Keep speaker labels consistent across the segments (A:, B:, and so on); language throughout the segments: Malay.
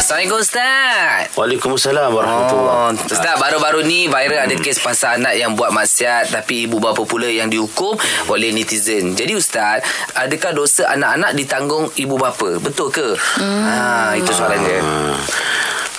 A: Assalamualaikum Ustaz
B: Waalaikumsalam warahmatullahi
A: Oh, Ustaz baru-baru ni viral
B: Hmm.
A: ada kes pasal anak yang buat maksiat tapi ibu bapa pula yang dihukum oleh netizen. Jadi Ustaz, adakah dosa anak-anak ditanggung ibu bapa? Betul ke? Hmm. Ha, itu soalan dia.
B: Ha.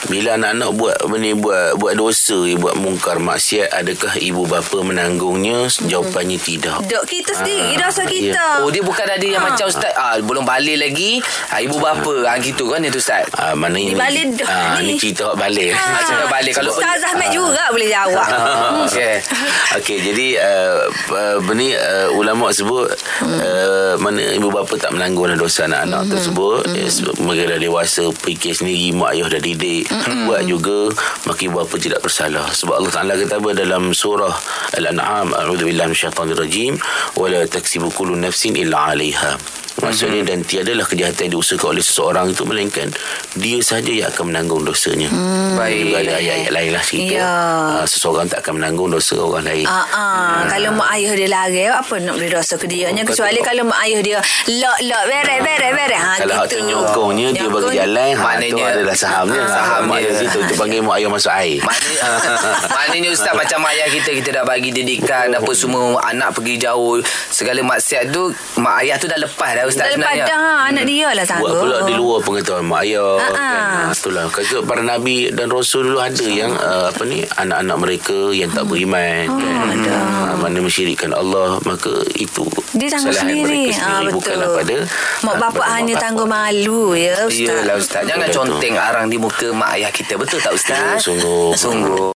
B: Bila anak-anak buat ni buat buat dosa, buat mungkar maksiat, adakah ibu bapa menanggungnya? Jawapannya tidak.
C: Dok kita sendiri
B: Ah,
C: dosa kita.
A: Oh, dia bukan ada yang macam Ustaz, ah, belum balik lagi, ah, ibu bapa. Ha, gitu kan itu Ustaz?
B: Ah mana ini?
C: balik dah
B: Ah ni
C: ni.
B: cerita awak balik. Ah.
C: Ha.
A: Macam dah balik kalau
C: Ustaz Ahmad juga boleh jawab.
A: Ah, Okey.
B: Okey, jadi uh, uh, ni uh, ulama sebut uh, mana ibu bapa tak menanggung lah dosa anak-anak tersebut. Eh, sebab mereka dah dewasa, fikir sendiri, mak ayah dah didik, buat juga, maka ibu bapa tidak bersalah. Sebab Allah Taala kata apa dalam surah Al-An'am, a'udzu billahi minasyaitonir rajim, wala taksibu kullu nafsin illa 'alaiha. Maksudnya dan tiadalah kejahatan yang diusahakan oleh seseorang itu melainkan dia sahaja yang akan menanggung dosanya. Hmm.
A: Baik.
B: Juga ada ayat-ayat lain lah cerita.
C: Ya.
B: Ah, seseorang tak akan menanggung dosa orang lain.
C: Ah, ah. Kalau mak ayah dia lari Apa nak beri dosa ke dia
B: Oh,
C: Kecuali
B: betul.
C: kalau mak ayah dia Lok lok beret beret beret ha,
B: Kalau hak tu
C: gitu.
B: nyokongnya Dia bagi
C: Nyokong-
B: jalan ha, Tu
A: Maknanya-
B: adalah sahamnya
A: Ah,
B: Saham mak
A: sahamnya.
B: ayah situ Tu panggil mak ayah masuk air
A: Maknanya, maknanya Ustaz macam mak ayah kita Kita dah bagi didikan Apa semua Anak pergi jauh Segala maksiat tu Mak ayah tu dah lepas dah Ustaz
C: Dah lepas
A: sebenarnya
C: dah ha, Anak dia lah
B: Hmm. Buat
C: sanggup
B: pula di luar pengetahuan mak ayah
C: Ah,
B: kan.
C: ah.
B: Ha, Itulah Kata para nabi dan rasul dulu ada yang uh, Apa ni Anak-anak mereka yang tak beriman
C: Ah,
B: kan. ha, Mana mensyirikkan Allah Maka itu
C: Dia tanggung
B: kesalahan
C: sendiri, Ah,
B: mereka sendiri
C: betul.
B: Bukanlah pada
C: Mak
B: ah,
C: bapak
B: pada mak
C: hanya
B: bapak.
C: tanggung malu ya Ustaz
A: Yelah Ustaz Jangan
B: Betul.
A: conteng arang di muka mak ayah kita Betul tak
B: Ya,
A: Ustaz?
B: Sungguh
A: Sungguh